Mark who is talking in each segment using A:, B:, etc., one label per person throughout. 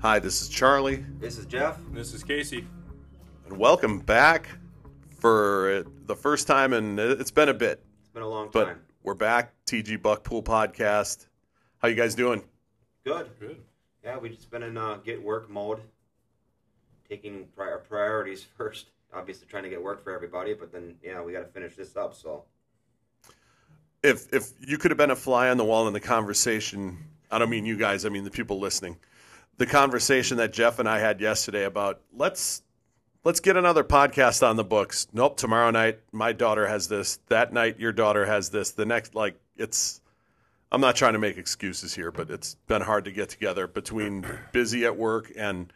A: Hi, this is Charlie,
B: This is Jeff.
C: This is Casey.
A: and welcome back for the first time, and it's been a bit,
B: It's been a long
A: but
B: time.
A: we're back. TG Buckpool Podcast. How you guys doing?
B: Good.
C: Good.
B: Yeah, we've just been in uh, get work mode, taking pri- our priorities first. Obviously, trying to get work for everybody, but then yeah, we got to finish this up. So
A: If if you could have been a fly on the wall in the conversation, I don't mean you guys, I mean the people listening. The conversation that Jeff and I had yesterday about let's let's get another podcast on the books. Nope, tomorrow night my daughter has this. That night your daughter has this. The next like it's I'm not trying to make excuses here, but it's been hard to get together between busy at work and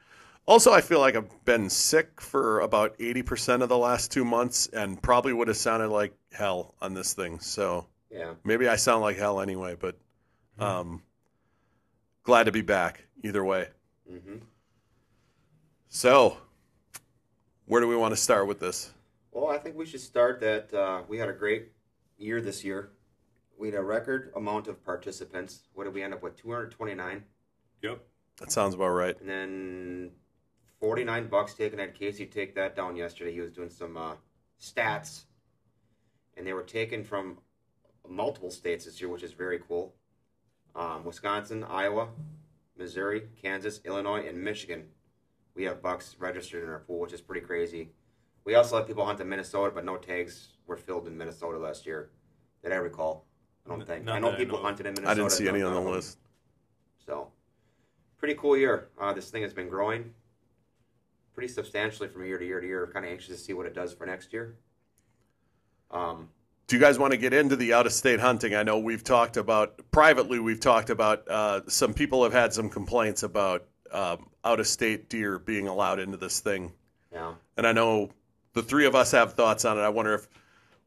A: also I feel like I've been sick for about 80% of the last 2 months and probably would have sounded like hell on this thing. So
B: yeah,
A: maybe I sound like hell anyway, but um, glad to be back either way.
B: hmm
A: So, where do we want to start with this?
B: Well, I think we should start that uh, we had a great year this year. We had a record amount of participants. What did we end up with? 229.
C: Yep.
A: That sounds about right.
B: And then 49 bucks taken. I had Casey take that down yesterday. He was doing some uh, stats, and they were taken from multiple states this year, which is very cool. Um, Wisconsin, Iowa, Missouri, Kansas, Illinois, and Michigan. We have bucks registered in our pool, which is pretty crazy. We also have people hunt in Minnesota, but no tags were filled in Minnesota last year that I recall. I don't
C: N-
B: think.
C: not
B: I know
C: that I
B: people
C: know of.
B: hunted in Minnesota.
A: I didn't see
B: but
A: any
B: not
A: on the
B: them.
A: list.
B: So, pretty cool year. Uh, this thing has been growing pretty substantially from year to year to year. Kind of anxious to see what it does for next year. Um,
A: Do you guys want to get into the out of state hunting? I know we've talked about privately. We've talked about uh, some people have had some complaints about um, out of state deer being allowed into this thing.
B: yeah,
A: and I know the three of us have thoughts on it. I wonder if,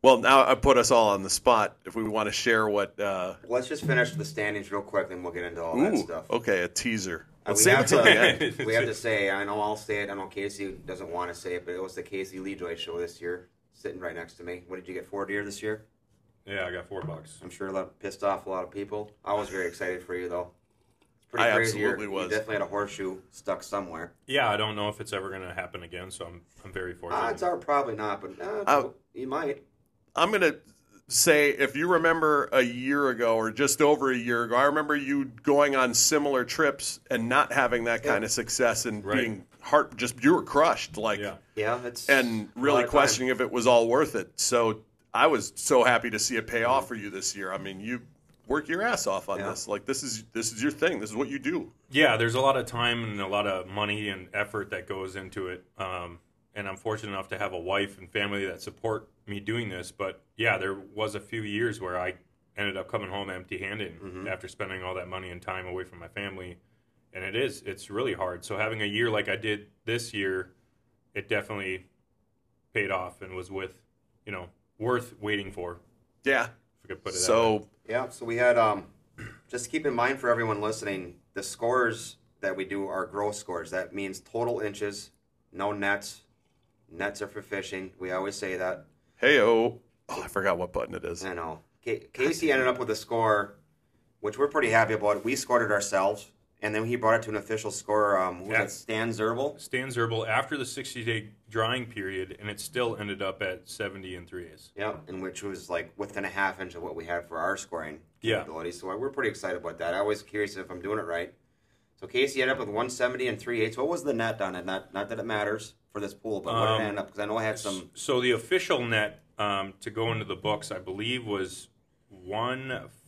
A: well, now I put us all on the spot if we want to share what. Uh,
B: let's just finish the standings real quick, then we'll get into all that
A: ooh,
B: stuff.
A: okay, a teaser.
B: Uh,
A: Let's
B: we,
A: save
B: have
A: it till the end.
B: to, we have to say, I know I'll say it. I know Casey doesn't want to say it, but it was the Casey Lee Joy show this year, sitting right next to me. What did you get? Four deer this year?
C: Yeah, I got four bucks.
B: I'm sure a lot pissed off a lot of people. I was very excited for you though. It's pretty
A: I
B: crazy year.
A: absolutely was.
B: You definitely had a horseshoe stuck somewhere.
C: Yeah, I don't know if it's ever gonna happen again, so I'm I'm very fortunate.
B: Odds are probably not, but uh,
A: Oh.
B: you might.
A: I'm gonna say if you remember a year ago or just over a year ago, I remember you going on similar trips and not having that kind of success and
C: Right.
A: being heart just you were crushed like
C: yeah.
B: Yeah, it's
A: and
B: a lot
A: really
B: of time.
A: questioning if it was all worth it. So I was so happy to see it pay off for you this year. I mean, you work your ass off on
B: Yeah.
A: this. Like this is this is your thing. This is what you do.
C: Yeah, there's a lot of time and a lot of money and effort that goes into it. Um, and I'm fortunate enough to have a wife and family that support me doing this. But yeah, there was a few years where I ended up coming home empty-handed after spending all that money and time away from my family. And it is, it's really hard. So having a year like I did this year, it definitely paid off and was with, you know, worth waiting for.
A: Yeah.
C: If we could put it that way.
A: So
B: Yeah, so we had um, just keep in mind for everyone listening, the scores that we do are gross scores. That means total inches, no nets. Nets are for fishing. We always say that.
A: hey oh, I forgot what button it is.
B: I know. Ca- Casey ended up with a score, which we're pretty happy about. We scored it ourselves, and then he brought it to an official score. Um, who was
C: Yeah.
B: it? Stan Zerbel.
C: Stan Zerbel after the 60 day drying period, and it still ended up at 70 and three eighths.
B: Yep, and which was like within a half inch of what we had for our scoring
C: Yeah.
B: capability. So we're pretty excited about that. I was curious if I'm doing it right. So Casey ended up with 170 and three eighths. What was the net on it? Not not that it matters for this pool, but what did
C: Um,
B: it end up? Because I know I had some.
C: So the official net um, to go into the books, I believe, was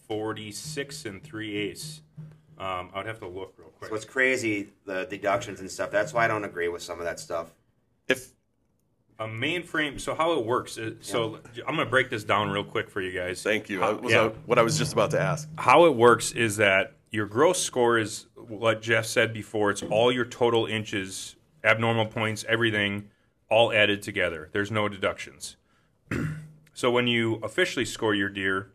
C: 146 and three eighths. Um, I would have to look real quick.
B: So it's crazy the deductions and stuff. That's why I don't agree with some of that stuff.
A: If
C: a mainframe. So how it works? Is, So I'm gonna break this down real quick for you guys.
A: thank you.
C: How,
A: That was
C: yeah.
A: uh, what I was just about to ask.
C: how it works is that your gross score is what Jeff said before. It's all your total inches, abnormal points, everything, all added together. There's no deductions. so when you officially score your deer,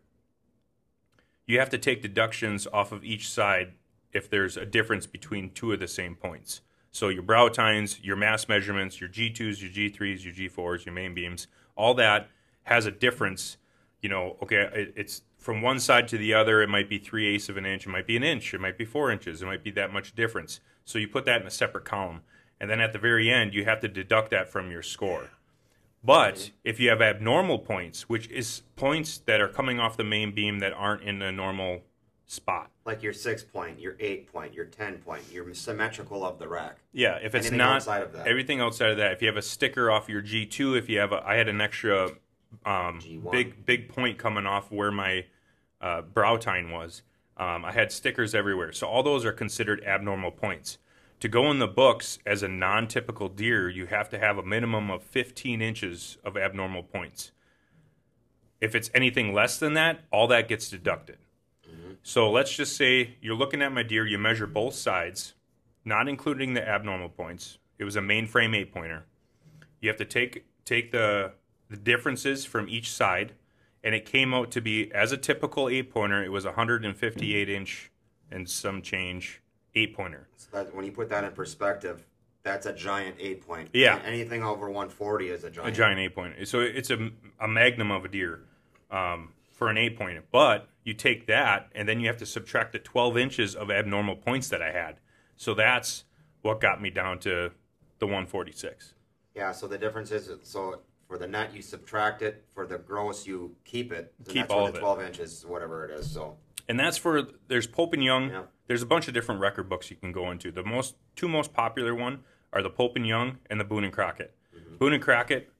C: you have to take deductions off of each side if there's a difference between two of the same points. So your brow tines, your mass measurements, your G2s, your G3s, your G4s, your main beams, all that has a difference you know, okay, it, it's from one side to the other, it might be three eighths of an inch, it might be an inch, it might be four inches, it might be that much difference. So you put that in a separate column. And then at the very end, you have to deduct that from your score. But if you have abnormal points, which is points that are coming off the main beam that aren't in the normal spot.
B: Like your six point, your eight point, your ten point, you're symmetrical of the rack.
C: Yeah, if it's
B: Anything
C: not
B: outside of that.
C: everything outside of that, if you have a sticker off your G two, if you have a, I had an extra um,
B: G1.
C: big big point coming off where my uh, brow tine was. Um, I had stickers everywhere, so all those are considered abnormal points. To go in the books as a non typical deer, you have to have a minimum of 15 inches of abnormal points. If it's anything less than that, all that gets deducted. So let's just say you're looking at my deer, you measure both sides, not including the abnormal points. It was a mainframe eight pointer. You have to take take the the differences from each side, and it came out to be as a typical eight pointer. It was a 158 inch and some change eight pointer.
B: So that, when you put that in perspective, that's a giant eight point.
C: Yeah.
B: And anything over 140 is a giant.
C: a giant eight pointer. So it's a, a magnum of a deer um, for an eight pointer. But you take that, and then you have to subtract the 12 inches of abnormal points that I had. So that's what got me down to the 146.
B: Yeah. So the difference is, so for the net you subtract it, for the gross you keep it. And
C: Keep
B: that's
C: all
B: where
C: of
B: the
C: it.
B: 12 inches, whatever it is. So
C: And that's for there's Pope and Young.
B: Yeah.
C: There's a bunch of different record books you can go into. The most two most popular one are the Pope and Young and the Boone and Crockett. Boone and Crockett.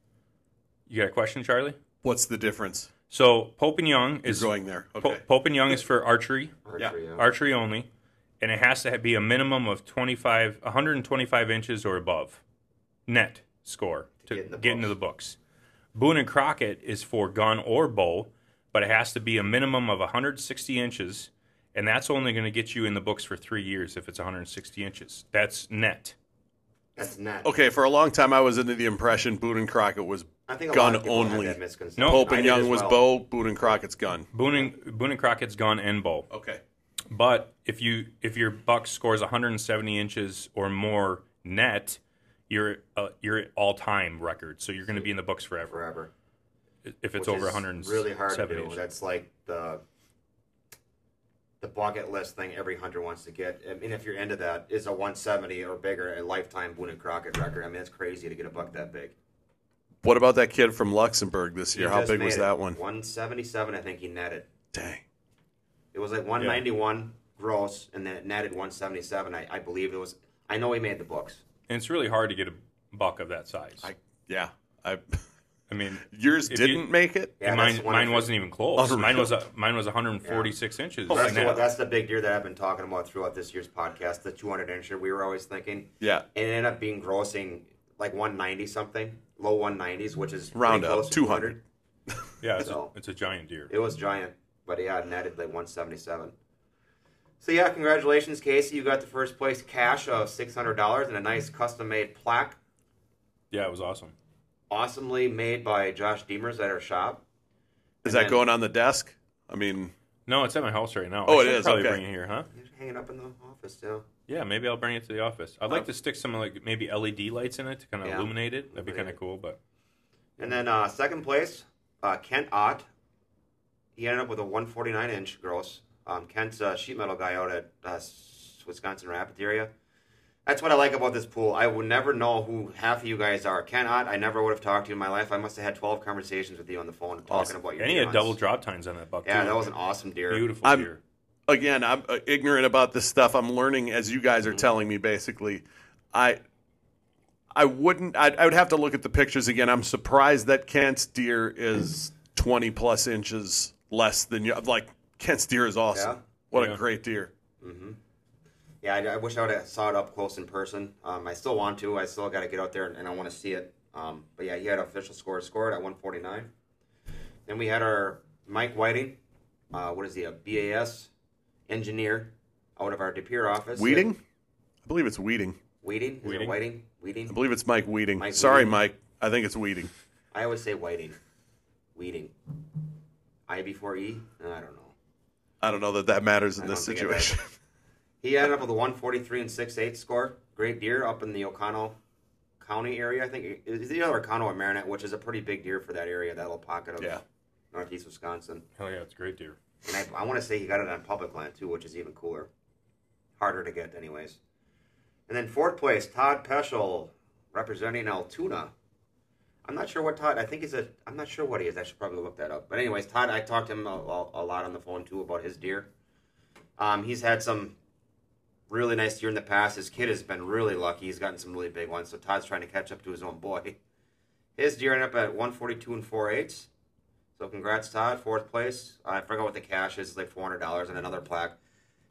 C: You got a question, Charlie?
A: What's the difference?
C: So Pope and Young
A: You're
C: is
A: going there.
C: Po-
A: Okay.
C: Pope and Young is for archery.
B: archery, yeah.
C: archery only, and it has to ha- be a minimum of 25, 125 inches or above net score to
B: get
C: get,
B: in the
C: into the books. Boone and Crockett is for gun or bow, but it has to be a minimum of 160 inches, and that's only going to get you in the books for three years if it's 160 inches. That's net.
B: that's net.
A: Okay, for a long time I was under the impression Boone and Crockett was
B: I think a
A: gun
B: lot of people have
A: only.
B: that misconception.
C: No,
A: Pope
B: I
A: and
B: did as
A: Young was
B: well.
A: bow, Boone and Crockett's gun.
C: Boone and, Boone and Crockett's gun and bow.
A: Okay.
C: But if you if your buck scores 170 inches or more net, you're uh, you're at all time record. So you're going to be in the books forever
B: forever.
C: if it's
B: which
C: over
B: is
C: 170.
B: Really hard to do.
C: inches.
B: That's like the the bucket list thing every hunter wants to get. I mean, if you're into that, is a 170 or bigger a lifetime Boone and Crockett record. I mean, it's crazy to get a buck that big.
A: What about that kid from Luxembourg this year?
B: He
A: How
B: just
A: big
B: made
A: was
B: it.
A: that one?
B: 177, I think he netted.
A: Dang.
B: It was like 191 gross, and then it netted 177. I, I believe it was. I know he made the books.
C: And it's really hard to get a buck of that size. I,
A: I yeah. I
C: mean,
A: yours
C: If you-
A: didn't make it?
B: Yeah,
C: and
B: that's
C: mine
B: one
C: mine
B: of-
C: wasn't even close.
A: Unreal.
C: Mine was a, mine was 146 inches.
B: That's,
C: net.
B: the, that's the big deer Oh, that I've been talking about throughout this year's podcast. The 200 incher we were always thinking.
A: Yeah.
B: and it ended up being grossing like 190 something, low 190s, which is pretty
A: Round up,
B: close to
A: 200.
C: yeah, it's,
B: So-
C: a, it's a giant deer.
B: It was giant, but yeah, it netted like 177. So yeah, congratulations, Casey. You got the first place cash of $600 and a nice custom made plaque,
C: Yeah, it was awesome.
B: awesomely made by Josh Demers at our shop.
A: Is
B: And
A: that
B: then-
A: going on the desk? I mean,
C: No, it's at my house right now.
A: Oh,
C: I
A: it
C: should
A: is,
C: Probably
A: okay.
C: bring it here, huh?
B: You should hang it up in the office too.
C: Yeah, maybe I'll bring it to the office. I'd like to stick some like maybe LED lights in it to kind of
B: Oh. Yeah.
C: illuminate it. That'd be kind
B: Illuminate
C: of cool, but
B: And then uh, second place, uh, Kent Ott. He ended up with a 149 inch gross. Um, Kent's a sheet metal guy out at uh, S- Wisconsin Rapids area. That's what I like about this pool. I would never know who half of you guys are. Kent Ott, I never would have talked to in my life. I must have had 12 conversations with you on the phone talking about your
C: and he
B: deer
C: had double
B: hunts.
C: drop times on that buck.
B: Yeah,
C: too.
B: that was an awesome deer.
C: beautiful
A: I'm-
C: deer.
A: again, I'm uh, ignorant about this stuff. I'm learning as you guys are
B: Mm-hmm.
A: telling me. Basically, I I wouldn't. I'd, I would have to look at the pictures again. I'm surprised that Kent's deer is
B: Mm-hmm.
A: 20 plus inches less than you. Like Kent's deer is awesome.
B: Yeah.
A: What
C: Yeah.
A: a great deer.
B: Yeah, I, I wish I would have saw it up close in person. Um, I still want to. I still got to get out there and, and I want to see it. Um, but yeah, he had official score scored at 149. Then we had our Mike Whiting. Uh, what is he? A BAS engineer out of our DePere office.
A: Weeding, I believe it's Weeding.
B: Weeding. Is it
C: Weeding.
B: Whiting?
A: I
B: Weeding.
A: believe it's Mike Weeding.
B: Mike
A: Sorry,
B: Weeding.
A: Mike. I think it's Weeding.
B: I always say Whiting. Weeding. I before E? No, I don't know.
A: I don't know that that matters in
B: I
A: this
B: don't think it does.
A: situation.
B: He ended up with a 143 and 6.8 score. Great deer up in the O'Connell County area. I think is the other O'Connell or Marinette, which is a pretty big deer for that area, that little pocket of
A: Yeah.
B: Northeast Wisconsin.
C: Hell yeah, it's great deer.
B: And I, I want to say he got it on public land too, which is even cooler. Harder to get, anyways. And then fourth place, Todd Peschel, representing Altoona. I'm not sure what Todd. I think he's a. I'm not sure what he is. I should probably look that up. But anyways, Todd, I talked to him a, a, a lot on the phone too about his deer. Um, he's had some really nice deer in the past. His kid has been really lucky. He's gotten some really big ones. So Todd's trying to catch up to his own boy. His deer ended up at 142 and 4 eighths. So congrats, Todd, fourth place. I forgot what the cash is. It's like $400 and another plaque.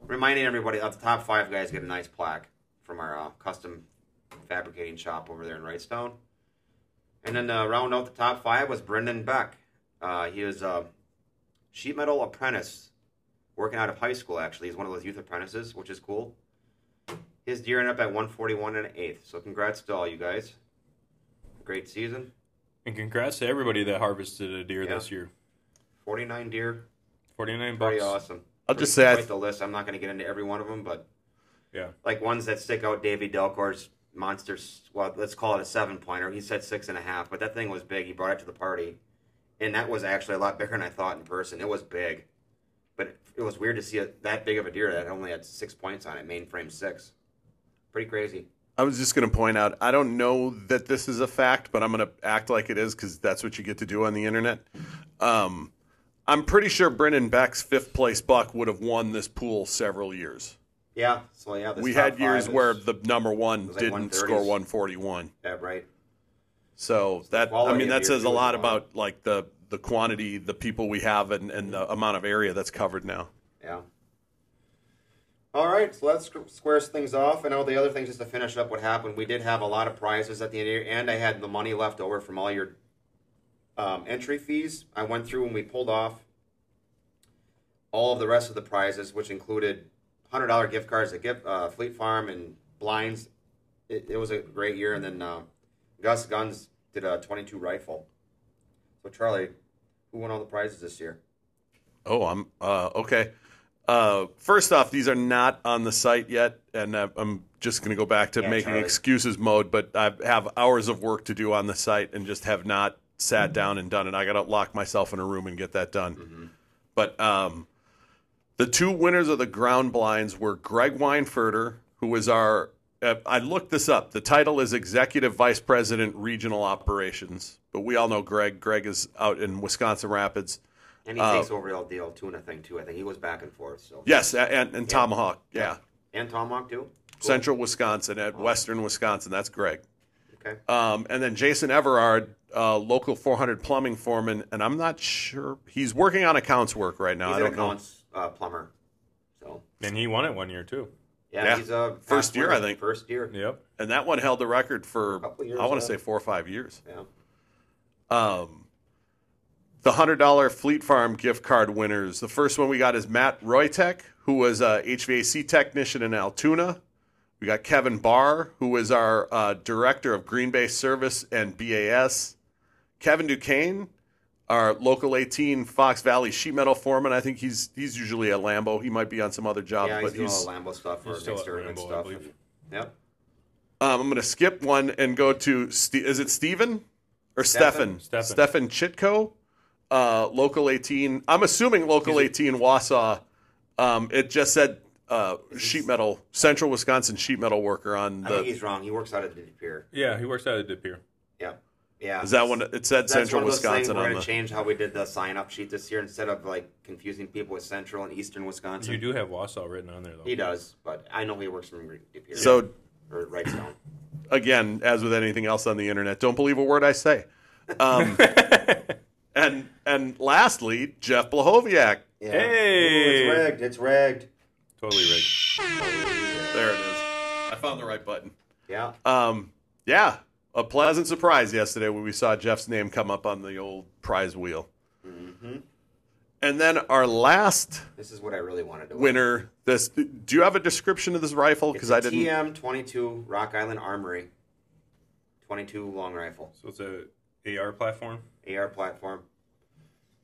B: Reminding everybody that the top five guys get a nice plaque from our uh, custom fabricating shop over there in Wrightstown. And then uh, round out the top five was Brendan Beck. Uh, he was a sheet metal apprentice working out of high school, actually. He's one of those youth apprentices, which is cool. His deer ended up at 141 and an eighth. So congrats to all you guys. Great season.
C: And congrats to everybody that harvested a deer
B: Yeah.
C: this year.
B: 49 deer.
C: 49 bucks.
B: Pretty awesome.
A: I'll just
B: Pretty-
A: say I
B: quite the list. I'm not going to get into every one of them, but
C: Yeah.
B: like ones that stick out. Davey Delcore's monster. s- Well, let's call it a seven pointer. He said six and a half, but that thing was big. He brought it to the party, and that was actually a lot bigger than I thought in person. It was big, but it was weird to see a, that big of a deer that only had six points on it. Mainframe six. Pretty crazy.
A: I was just going to point out, I don't know that this is a fact, but I'm going to act like it is because that's what you get to do on the internet. Um, I'm pretty sure Brendan Beck's fifth place buck would have won this pool several years.
B: Yeah. So yeah, this
A: we
B: top
A: had
B: five
A: years
B: is-
A: where the number one
B: was like
A: didn't
B: 130s.
A: score 141.
B: yeah, right.
A: So that I
B: quality
A: mean
B: of
A: that
B: your
A: says a
B: food
A: lot
B: as well.
A: about like the the quantity, the people we have, and, and the amount of area that's covered now.
B: Yeah. All right, so that squ- squares things off. And all the other things, just to finish up what happened, we did have a lot of prizes at the end, of the year, and I had the money left over from all your um, entry fees. I went through and we pulled off all of the rest of the prizes, which included hundred dollar gift cards at Gift uh, Fleet Farm and blinds. It, it was a great year, and then uh, Gus Guns did a twenty two rifle. So Charlie, who won all the prizes this year?
A: Oh, I'm uh, okay. Uh, first off, these are not on the site yet, and uh, I'm just going to go back to
B: Yeah,
A: making
B: Charlie.
A: excuses mode. But I have hours of work to do on the site, and just have not
B: Mm-hmm.
A: sat down and done it. I got to lock myself in a room and get that done. But um, the two winners of the ground blinds were Greg Weinfurter, who was our. Uh, I looked this up. The title is Executive Vice President Regional Operations, but we all know Greg. Greg is out in Wisconsin Rapids.
B: And he takes
A: Oh.
B: over all the Altoona thing too. I think he was back and forth. So
A: Yes, a- and, and Tomahawk, yeah.
B: and Tomahawk too.
A: Central Wisconsin at Western Wisconsin. That's Greg.
B: Okay.
A: Um, and then Jason Everard, uh, local 400 plumbing foreman, and I'm not sure he's working on accounts work right now.
B: He's
A: I
B: an
A: don't know.
B: accounts uh, plumber. So
C: And he won it one year, too.
B: yeah,
A: Yeah.
B: he's a
A: First year, I think.
B: First year. Yeah.
C: Yep.
A: And that one held the record for
B: Couple years,
A: I want to say
B: yeah.
A: four or five years. Um, the hundred dollar Fleet Farm gift card winners. The first one we got is Matt Roytek, who was a HVAC technician in Altoona. We got Kevin Barr, who was our uh, director of Green Bay Service and BAS. Kevin Duquesne, our local 18 Fox Valley sheet metal foreman. I think he's he's usually at Lambo. He might be on some other job,
B: yeah, he's
A: Uh, but
B: doing
A: he's
B: all the Lambo stuff or
C: he's still at
B: experiment
C: Lambeau, I
B: stuff.
C: believe.
B: and- Yep.
A: Um, I'm going to skip one and go to Ste- is it Steven or Stefan?
B: Stefan.
A: Stefan Chitko, uh, local 18. I'm assuming local 18 Wausau. Um, it just said uh, sheet metal, Central Wisconsin sheet metal worker on
B: I think
A: the.
B: he's wrong. He works out of the pier.
C: Yeah, he works out of Dip here.
B: Yeah. Yeah.
A: Is that one? It said
B: That's
A: Central
B: one of those things
A: Wisconsin
B: We're
A: on
B: gonna
A: the.
B: change how we did the sign-up sheet this year instead of like confusing people with Central and Eastern Wisconsin.
C: You do have Wausau written on there, though.
B: He does, but I know he works from Depeer.
A: So
B: or Wrightstown.
A: again, as with anything else on the internet, don't believe a word I say. Um, and and lastly, Jeff Blahoviak.
B: Yeah.
C: Hey!
B: Ooh, it's rigged. It's rigged.
C: Totally rigged.
A: There it is. I found the right button.
B: Yeah.
A: Um, yeah, a pleasant surprise yesterday when we saw Jeff's name come up on the old prize wheel.
B: Mm-hmm.
A: And then our last
B: This is what I really wanted to win.
A: winner. This, do you have a description of this rifle? Because I didn't.
B: TM twenty two Rock Island Armory. Twenty two long rifle.
C: So it's a AR platform.
B: AR platform.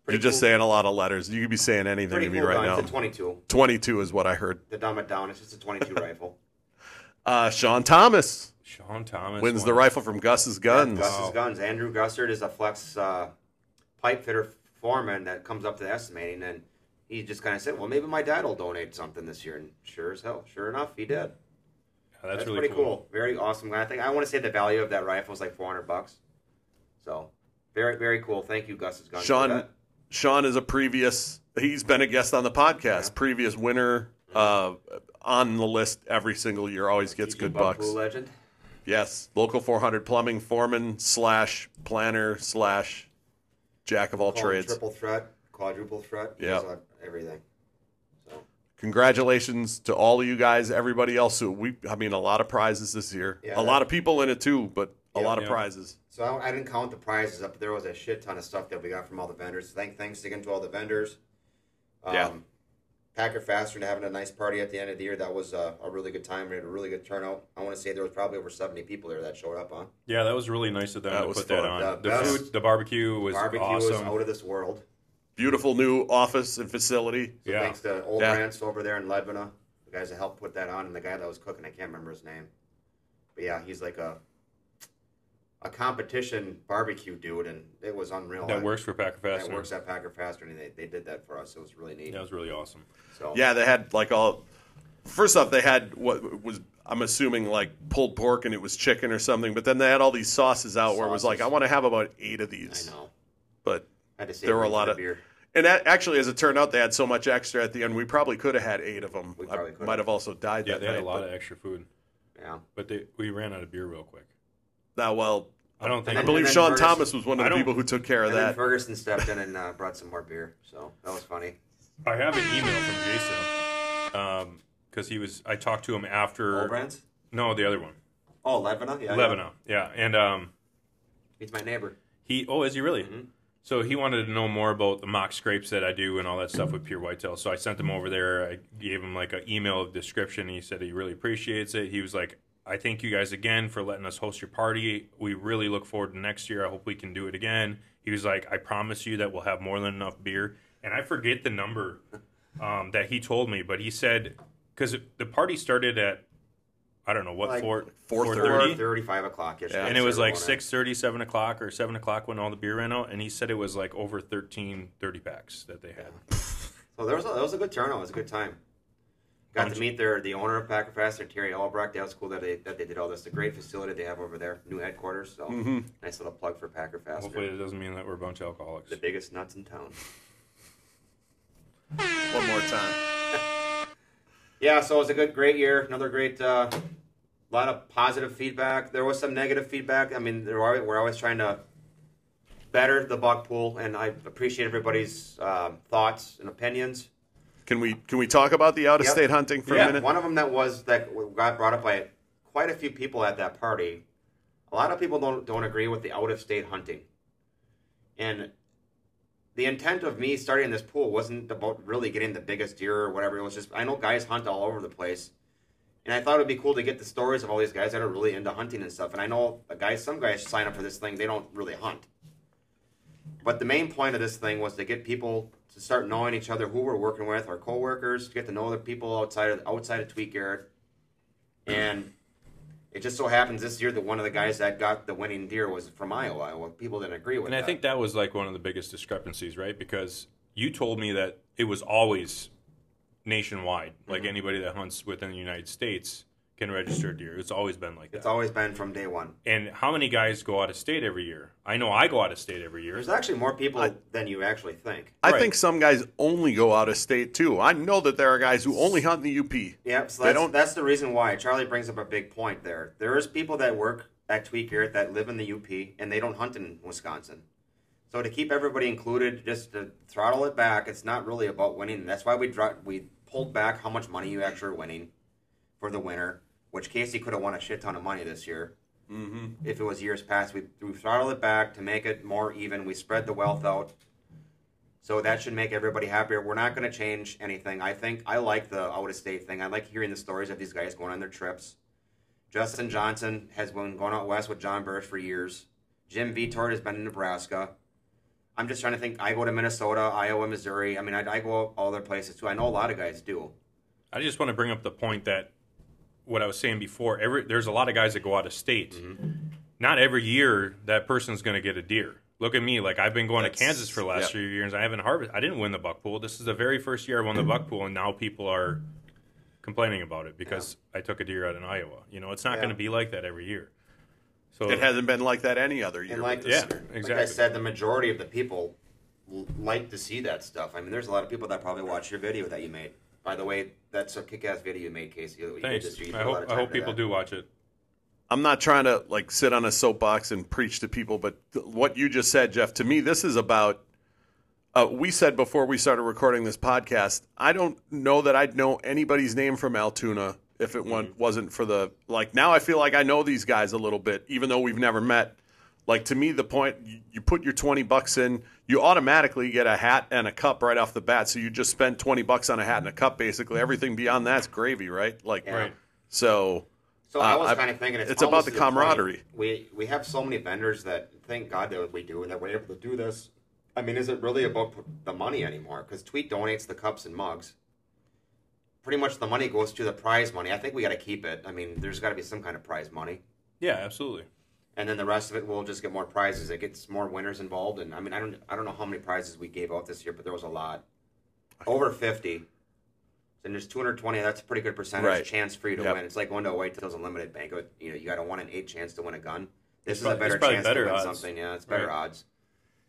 A: You're just saying a lot of letters. You could be saying anything
B: pretty
A: to me
B: cool
A: right
B: gun. It's a
A: now.
B: twenty two.
A: 22 is what I heard.
B: To dumb it down, it's just a twenty two rifle.
A: Uh, Sean Thomas
C: Sean Thomas
A: wins
C: won.
A: the rifle from Gus's Guns.
B: Gus's guns. Andrew Gussard is a flex uh, pipe fitter foreman that comes up to the estimating, and he just kind of said, "Well, maybe my dad will donate something this year." And sure as hell, sure enough, he did.
C: Yeah, that's,
B: That's,
C: really
B: pretty cool. Very awesome. I think I want to say the value of that rifle is like 400 bucks. So, very very cool. Thank you, Gus's gun. for
A: Sean
B: that.
A: Sean is a previous he's been a guest on the podcast, previous winner uh, on the list every single year, always gets
B: He's a
A: good
B: Buffalo
A: bucks.
B: Legend.
A: Yes. Local four hundred plumbing foreman slash planner slash jack of all
B: Call him
A: trades.
B: Triple threat, quadruple threat.
A: Yeah.
B: He's on everything. So,
A: Congratulations to all of you guys, everybody else who we I mean a lot of prizes this year.
B: Yeah,
A: a
B: that-
A: lot of people in it too, but a
B: Yeah.
A: lot of
C: Yeah.
A: prizes.
B: so I, I didn't count the prizes up, but there was a shit ton of stuff that we got from all the vendors. Thank thanks again to all the vendors. Um,
A: Yeah.
B: Packer Faster and having a nice party at the end of the year. That was uh, a really good time. We had a really good turnout. I want to say there was probably over 70 people there that showed up on.
C: Yeah, that was really nice of them
A: That
C: to
A: was
C: put that
A: fun.
C: on.
B: The
C: the
B: best.
C: food, the barbecue was
B: Barbecue
C: awesome.
B: was out of this world.
A: Beautiful new office and facility.
B: So
C: Yeah.
B: Thanks to old
A: Yeah.
B: Rance over there in Lebanon, the guys that helped put that on, and the guy that was cooking, I can't remember his name. But yeah, he's like a a competition barbecue dude, and it was unreal.
C: that works for Packer
B: That
C: Fest.
B: works at Packer Faster, and they, they did that for us. It was really neat.
C: That was really awesome.
B: So
A: Yeah, they had like all. First off, they had what was I'm assuming like pulled pork and it was chicken or something, but then they had all these sauces out where it was like I
B: Sauces.
A: want to have about eight of
B: I
A: these.
B: know.
A: But
B: I had to save
A: There were a
B: money for
A: lot
B: the
A: of-
B: beer.
A: and that, actually, as it turned out, they had so much extra at the end. We probably could have had eight of them.
B: We
A: I
B: probably could've.
A: might have also died.
C: Yeah,
A: that
C: they had a
A: night,
C: lot
A: but-
C: of extra food,
B: Yeah.
C: but they, we ran out of beer real quick.
A: Now, well,
C: I don't think
A: I
B: And
A: believe
B: then
A: Sean
B: Fergus-
A: Thomas was one of
C: I
A: the
C: don't-
A: people who took care of
B: And then
A: that.
B: Ferguson stepped in and uh, brought some more beer, so that was funny.
C: I have an email from Jason because he was. I talked to him after.
B: Old Rance?
C: No, the other one,
B: Oh, Lebanon? Oh, Yeah. yeah.
C: Lebanon. Yeah, and um,
B: He's my neighbor.
C: he. Oh, is he really? So he wanted to know more about the mock scrapes that I do and all that stuff with Pure Whitetail. So I sent him over there. I gave him like an email description. He said he really appreciates it. He was like, "I thank you guys again for letting us host your party. We really look forward to next year. I hope we can do it again." He was like, "I promise you that we'll have more than enough beer." And I forget the number um, that he told me, but he said because the party started at I don't know what
B: Like
C: four
A: 4:30?
B: 35 o'clock. ish.
A: Yeah.
C: and it was like 6.30 7 o'clock or 7 o'clock when all the beer ran out and he said it was like over 13 30 packs that they had
B: So there was a, that was a good turnout. It was a good time. Got to meet their the owner of Packer Fast, their Terry Albrecht. That was cool that they that they did all this. The great facility they have over there, new headquarters. So nice little plug for Packer Fast.
C: hopefully it doesn't mean that we're a bunch of alcoholics
B: The biggest nuts in town.
A: One more time.
B: Yeah, so it was a good, great year. Another great, uh, lot of positive feedback. There was some negative feedback. I mean, there are, we're always trying to better the buck pool, and I appreciate everybody's um, thoughts and opinions.
A: Can we can we talk about the out of state hunting for
B: yeah,
A: a minute?
B: One of them that was that got brought up by quite a few people at that party. A lot of people don't don't agree with the out of state hunting, and the intent of me starting this pool wasn't about really getting the biggest deer or whatever. It was just I know guys hunt all over the place, and I thought it'd be cool to get the stories of all these guys that are really into hunting and stuff. And I know a guy, some guys sign up for this thing, they don't really hunt. But the main point of this thing was to get people to start knowing each other, who we're working with, our coworkers, to get to know the people outside of outside of Tweet Garrett. And it just so happens this year that one of the guys that got the winning deer was from Iowa. Well, people didn't agree with
C: and
B: that.
C: i think that was like one of the biggest discrepancies right because you told me that it was always nationwide like anybody that hunts within the united states can register a deer it's always been like
B: it's
C: that
B: always been from day one.
C: and how many guys go out of state every year i know i go out of state every year
B: There's actually more people than you actually think.
A: I
C: Right.
A: think some guys only go out of state too. I know that there are guys who only hunt in the UP.
B: Yep, so
A: They
B: that's,
A: don't-
B: that's the reason why. Charlie brings up a big point there. There is people that work at Tweet Garrett that live in the UP and they don't hunt in Wisconsin. So to keep everybody included, just to throttle it back, it's not really about winning. That's why we dro- we pulled back how much money you actually are winning for the winner, which Casey could have won a shit ton of money this year. Mm-hmm. If it was years past, we, we throttled it back to make it more even. We spread the wealth out. So that should make everybody happier. We're not going to change anything. I think I like the out of state thing. I like hearing the stories of these guys going on their trips. Justin Johnson has been going out west with John Birch for years. Jim Vitor has been in Nebraska. I'm just trying to think. I go to Minnesota, Iowa, Missouri. I mean, I, I go all other places too. I know a lot of guys do.
C: I just want to bring up the point that what I was saying before.
B: Mm-hmm.
C: Every there's a lot of guys that go out of state. Not every year that person's going to get a deer. look at me. Like I've been going to
A: That's-
C: Kansas for the last
A: yeah.
C: few years. I haven't harvested. I didn't win the buck pool. This is the very first year I won the buck pool, and now people are complaining about it because I took a deer out in Iowa. You know, it's not
B: Yeah.
C: going to be like that every year. So
A: It hasn't been like that any other year.
B: like-
A: but
C: yeah,
A: this year.
C: exactly.
B: Like I said, the majority of the people l- like to see that stuff. I mean, there's a lot of people that probably watch your video that you made. By the way, that's a kick-ass video you made, Casey. that you did
C: Thanks.
B: this year. You
C: I
B: put a lot of
C: hope I
B: time
C: hope
B: into
C: people
B: that.
C: do watch it.
A: I'm not trying to like sit on a soapbox and preach to people, but th- what you just said, Jeff, to me, this is about. Uh, we said before we started recording this podcast, I don't know that I'd know anybody's name from Altoona if it went, wasn't for the like. Now I feel like I know these guys a little bit, even though we've never met. Like to me, the point you, you put your twenty bucks in, you automatically get a hat and a cup right off the bat. So you just spend twenty bucks on a hat and a cup, basically. Everything beyond that's gravy, right? Like,
B: Yeah. Right.
A: so.
B: So I
A: Uh,
B: was
A: I've-
B: kind of thinking it's,
A: it's about
B: almost
A: the
B: to point-
A: camaraderie.
B: We we have so many vendors that thank God that we do and that we're able to do this. I mean, is it really about p- the money anymore? Because Tweet donates the cups and mugs. Pretty much the money goes to the prize money. I think we got to keep it. I mean, there's got to be some kind of prize money,
C: Yeah, absolutely.
B: and then the rest of it will just get more prizes. It gets more winners involved, and I mean, I don't I don't know how many prizes we gave out this year, but there was a lot, over fifty. And there's 220. That's a pretty good percentage
A: Right.
B: chance for you to
A: Yep.
B: win. It's like going to a White Tails Unlimited banquet. You know, you got a one in eight chance to win a gun. This is
C: prob-
B: a better
C: it's probably
B: chance
C: better
B: to win
C: odds.
B: something. Yeah, it's better
C: Right.
B: odds.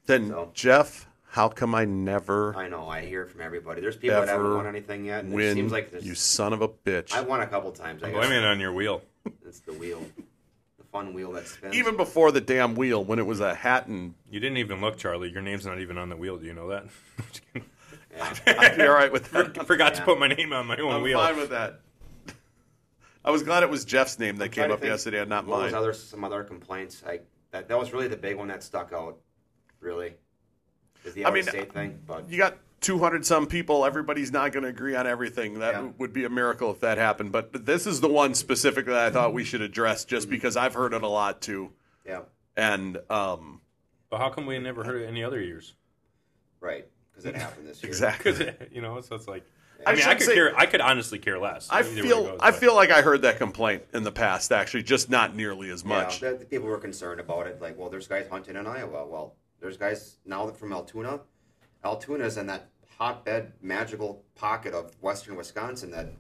A: Then
B: So-
A: Jeff, how come I never
B: I know. I hear it from everybody. There's people that
A: Ever
B: haven't won anything yet. And
A: win?
B: it seems like there's.
A: you son of a bitch!
B: I won a couple times. I
C: Blame
B: guess
C: it on your wheel.
B: it's the wheel, the fun wheel that spins.
A: Even before the damn wheel, when it was a hat and
C: You didn't even look, Charlie. Your name's not even on the wheel. Do you know that? Just kidding.
B: Yeah.
A: I'd be all right with that.
C: I forgot to
B: Yeah.
C: put my name on my own
A: I'm
C: wheel.
A: fine with that. I was glad it was Jeff's name that
B: Trying
A: came
B: to
A: up
B: think
A: yesterday and not
B: what was
A: mine.
B: other some other complaints? I that that was really the big one that stuck out. Really, is the
A: I
B: Iowa
A: mean,
B: State thing. But
A: You got 200 some people. Everybody's not going to agree on everything. That
B: Yeah.
A: would be a miracle if that happened. But this is the one specifically that I thought we should address,
B: Mm-hmm.
A: just because I've heard it a lot too.
B: yeah,
A: And um,
C: But how come we never heard it any other years?
B: right, because it happened this year.
A: exactly.
C: Because you know, so it's like.
A: I
C: I mean, I,
A: should
C: could
A: say-
C: care. I could honestly care less.
A: I
C: either way it
A: feel
C: goes,
A: I
C: but-
A: feel like I heard that complaint in the past, actually, just not nearly as much.
B: Yeah, the, the people were concerned about it. Like, well, there's guys hunting in Iowa. Well, there's guys now that from Altoona. Altoona's in that hotbed magical pocket of western Wisconsin that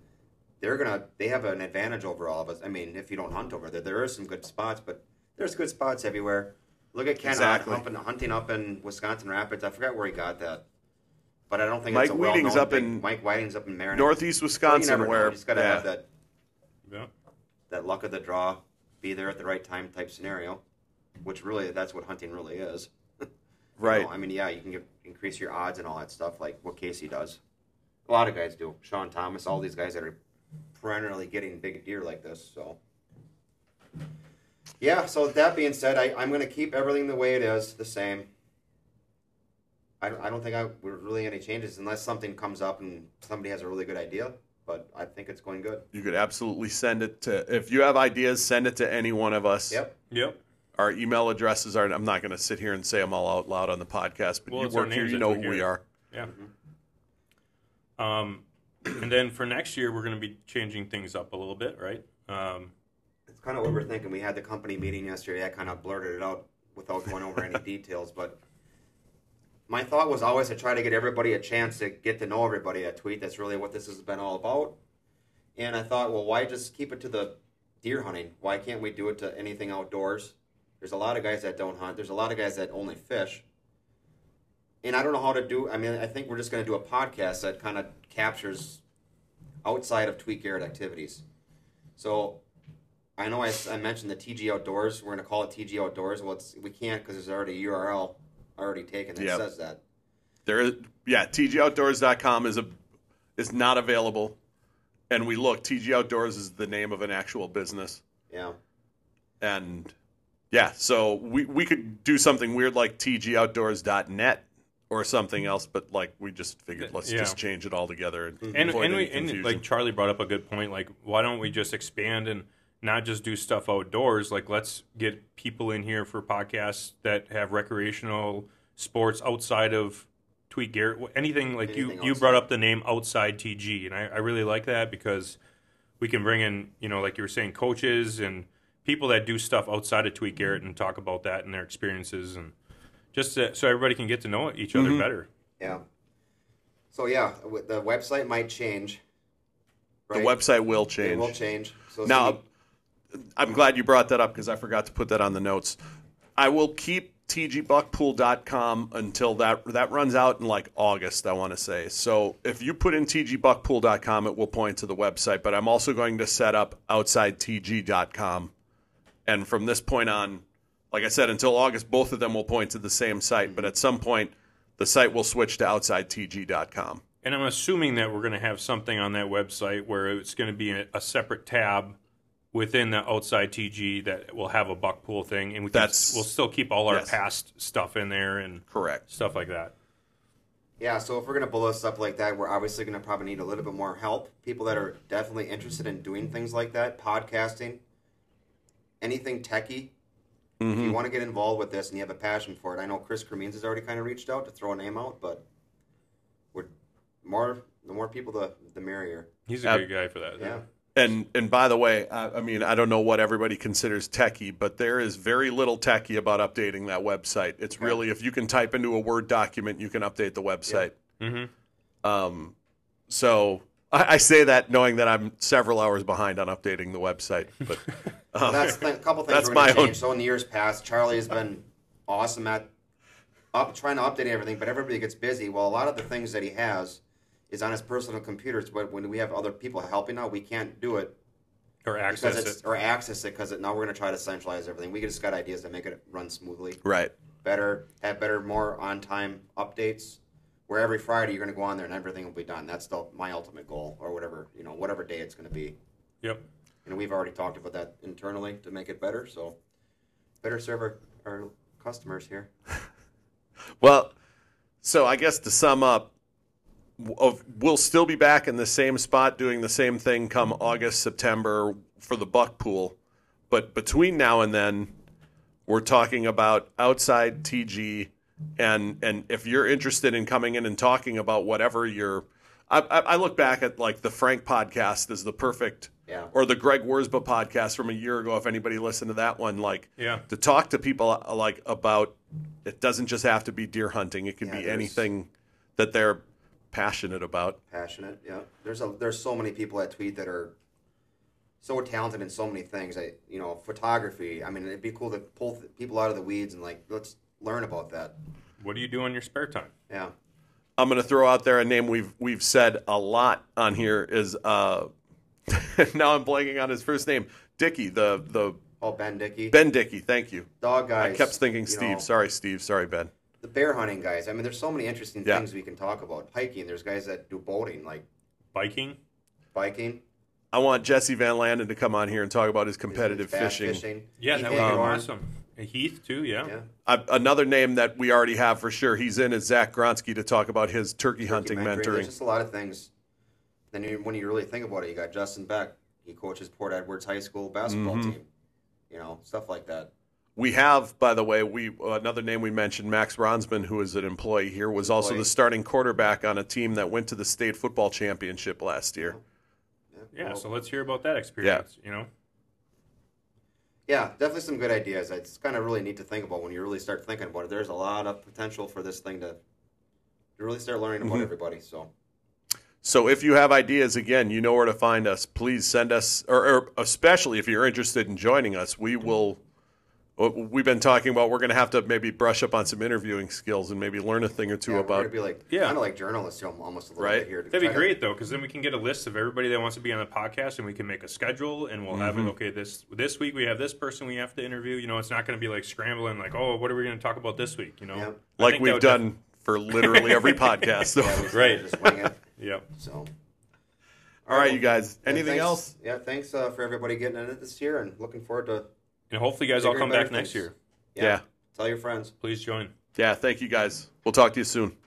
B: they're gonna they have an advantage over all of us. I mean, if you don't hunt over there, there are some good spots, but there's good spots everywhere. Look at Ken
A: Exactly.
B: Ott up in, hunting up in Wisconsin Rapids. I forgot where he got that, but I don't think
A: Mike
B: it's a
A: Whiting's
B: well-known
A: up
B: thing.
A: in
B: Mike Whiting's up in Marin.
A: Northeast Wisconsin, where
B: you just gotta
A: yeah.
B: have that
C: Yeah.
B: that luck of the draw, be there at the right time type scenario, which really that's what hunting really is. You
A: Right.
B: know, I mean, yeah, you can get, increase your odds and all that stuff, like what Casey does. A lot of guys do. Sean Thomas, all these guys that are perennially getting big deer like this. So, yeah. So with that being said, I, I'm going to keep everything the way it is, the same. I don't, I don't think I we're really any changes unless something comes up and somebody has a really good idea. But I think it's going good.
A: You could absolutely send it to if you have ideas, send it to any one of us.
B: Yep.
C: Yep.
A: Our email addresses are. I'm not going to sit here and say them all out loud on the podcast, but
C: Well,
A: you
C: it's our
A: work here,
C: names
A: you
C: that
A: know
C: we
A: who we
C: hear.
A: are.
C: Yeah.
A: Mm-hmm.
C: Um, and then for next year, we're going to be changing things up a little bit, right? Um,
B: It's kind of what we're thinking. We had the company meeting yesterday. I kind of blurted it out without going over any details, but my thought was always to try to get everybody a chance to get to know everybody at Tweet. That's really what this has been all about. And I thought, well, why just keep it to the deer hunting? Why can't we do it to anything outdoors? There's a lot of guys that don't hunt. There's a lot of guys that only fish. And I don't know how to do. I mean, I think we're just going to do a podcast that kind of captures outside of Tweet Garrett activities. So I know I, s- I mentioned the TG Outdoors. We're going to call it TG Outdoors. Well, it's, we can't because there's already a URL already taken that
A: Yeah.
B: says that.
A: There is yeah, tgoutdoors.com is a is not available. And we look, TG Outdoors is the name of an actual business.
B: Yeah.
A: And yeah, so we, we could do something weird like tgoutdoors.net or something else, but like we just figured let's
C: Yeah. Mm-hmm.
A: just change it all together and,
C: and
A: Mm-hmm. avoid
C: and
A: any
C: we and
A: confusion.
C: like Charlie brought up a good point. Like, why don't we just expand and not just do stuff outdoors? Like, let's get people in here for podcasts that have recreational sports outside of Tweet Garrett. wh- Anything like you
B: Anything
C: you brought up the name outside TG, and I, I really like that because we can bring in you know like you were saying
A: Mm-hmm.
C: coaches and people that do stuff outside of Tweet Garrett and talk about that and their experiences and just to, so everybody can get to know each other
A: Mhm.
C: better.
B: Yeah. So yeah, w- the website might change.
A: The
B: right?
A: website will
B: It
A: change.
B: will change. So it's
A: Now,
B: gonna
A: I'm glad you brought that up because I forgot to put that on the notes. I will keep tgbuckpool.com until that that runs out in like August, I want to say. So if you put in tgbuckpool.com, it will point to the website. But I'm also going to set up outsidetg.com, and from this point on, like I said, until August, both of them will point to the same site. But at some point, the site will switch to outsidetg.com.
C: And I'm assuming that we're going to have something on that website where it's going to be a, a separate tab within the outside TG that will have a buck pool thing, and we can,
A: That's-
C: we'll still keep all our
A: yes.
C: past stuff in there and
A: Correct.
C: stuff like that.
B: Yeah, so if we're gonna blow this up like that, we're obviously gonna probably need a little bit more help. People that are definitely interested in doing things like that, podcasting, anything techie.
A: Mm-hmm.
B: If you want to get involved with this and you have a passion for it, I know Chris Cremins has already kind of reached out to throw a name out, but we're more the more people the the merrier.
C: He's a
A: Uh,
C: good guy for that.
B: Yeah.
A: And and by the way, I, I mean I don't know what everybody considers techie, but there is very little techie about updating that website. It's really if you can type into a Word document, you can update the website.
C: Mhm.
A: Um, so I, I say that knowing that I'm several hours behind on updating the website, but um,
B: So that's th- a couple things
A: That's
B: we're gonna
A: my own-
B: change. So in the years past, Charlie has been awesome at up trying to update everything, but everybody gets busy. Well, a lot of the things that he has is on his personal computers, but when we have other people helping out, we can't do it
C: Or
B: because
C: access
B: it's
C: it.
B: or access it because now we're gonna try to centralize everything. We just got ideas that make it run smoothly,
A: right.
B: better, have better, more on time updates. Where every Friday you're gonna go on there and everything will be done. That's the my ultimate goal, or whatever you know, whatever day it's gonna be.
C: Yep.
B: And we've already talked about that internally to make it better. So, better serve our, our customers here.
A: Well, so I guess to sum up, w- of, we'll still be back in the same spot doing the same thing come August, September for the buck pool. But between now and then, we're talking about outside TG. And, and if you're interested in coming in and talking about whatever you're, I, I, I look back at like the Frank podcast is the perfect,
B: Yeah.
A: or the Greg Wurzba podcast from a year ago. If anybody listened to that one, like
C: Yeah.
A: to talk to people uh, like about it doesn't just have to be deer hunting it can
B: Yeah,
A: be
B: there's-
A: anything that they're passionate about
B: Passionate. Yeah. There's a there's so many people that tweet that are so talented in so many things. I you know photography. I mean, it'd be cool to pull th- people out of the weeds and like let's learn about that.
C: What do you do in your spare time?
B: Yeah.
A: i'm going to throw out there a name we've we've said a lot on here is uh now i'm blanking on his first name dicky the the
B: Oh, Ben Dickey.
A: ben dicky thank you
B: Dog guys.
A: i kept thinking
B: you
A: steve
B: know,
A: sorry steve sorry ben
B: the bear hunting guys. I mean, there's so many interesting
A: Yeah.
B: things we can talk about. Hiking. There's guys that do boating, like
C: Biking?
B: biking.
A: i want jesse van landen to come on here and talk about his
B: there's
A: competitive
B: bass
A: fishing,
B: fishing.
C: Yeah, that would be
B: Ethan Horn.
C: awesome. And Heath too. Yeah.
B: Yeah.
A: I, another name that we already have for sure he's in is zach gronsky to talk about his turkey hunting
B: documentary. There's
A: mentoring
B: just a lot of things. Then you, when you really think about it, you got Justin Beck. He coaches Port Edwards High School basketball
A: Mm-hmm.
B: team. You know, stuff like that.
A: We have, by the way, we another name we mentioned, Max Ronsman, who is an employee here, was also
B: Employee.
A: the starting quarterback on a team that went to the state football championship last year.
C: Yeah.
B: well,
C: so let's hear about that experience. You know,
B: yeah, definitely some good ideas. It's kind of really neat to think about when you really start thinking about it. There's a lot of potential for this thing to, to really start learning
A: Mm-hmm.
B: about everybody. So
A: So if you have ideas, again, you know where to find us. Please send us, or, or especially if you're interested in joining us, we will. uh, We've been talking about we're going to have to maybe brush up on some interviewing skills and maybe learn a thing or two
B: yeah, we're
A: about.
B: gonna be like
C: Yeah.
B: kind of like journalists you know, almost a little
A: Right.
B: bit here. to
C: that'd
B: try
C: be
B: to-
C: great though, because then we can get a list of everybody that wants to be on the podcast, and we can make a schedule, and we'll have it. Okay, this this week we have this person we have to interview. You know, it's not going to be like scrambling, like, oh, what are we going to talk about this week? You know,
B: Yeah.
C: I
A: like
C: think that
A: we've
C: would def-
A: done for literally every podcast.
B: Yeah, we
C: Right.
B: Just wing it.
C: Yep.
B: So.
A: All right, you guys.
B: Yeah,
A: Anything
B: thanks-
A: else?
B: Yeah, thanks uh, for everybody getting in it this year, and looking forward to
C: And hopefully, you guys all
B: Bigger
C: come
B: and better
C: back next
B: things.
C: year.
A: Yeah.
B: Tell your friends.
C: Please join.
A: Yeah. Thank you guys. We'll talk to you soon.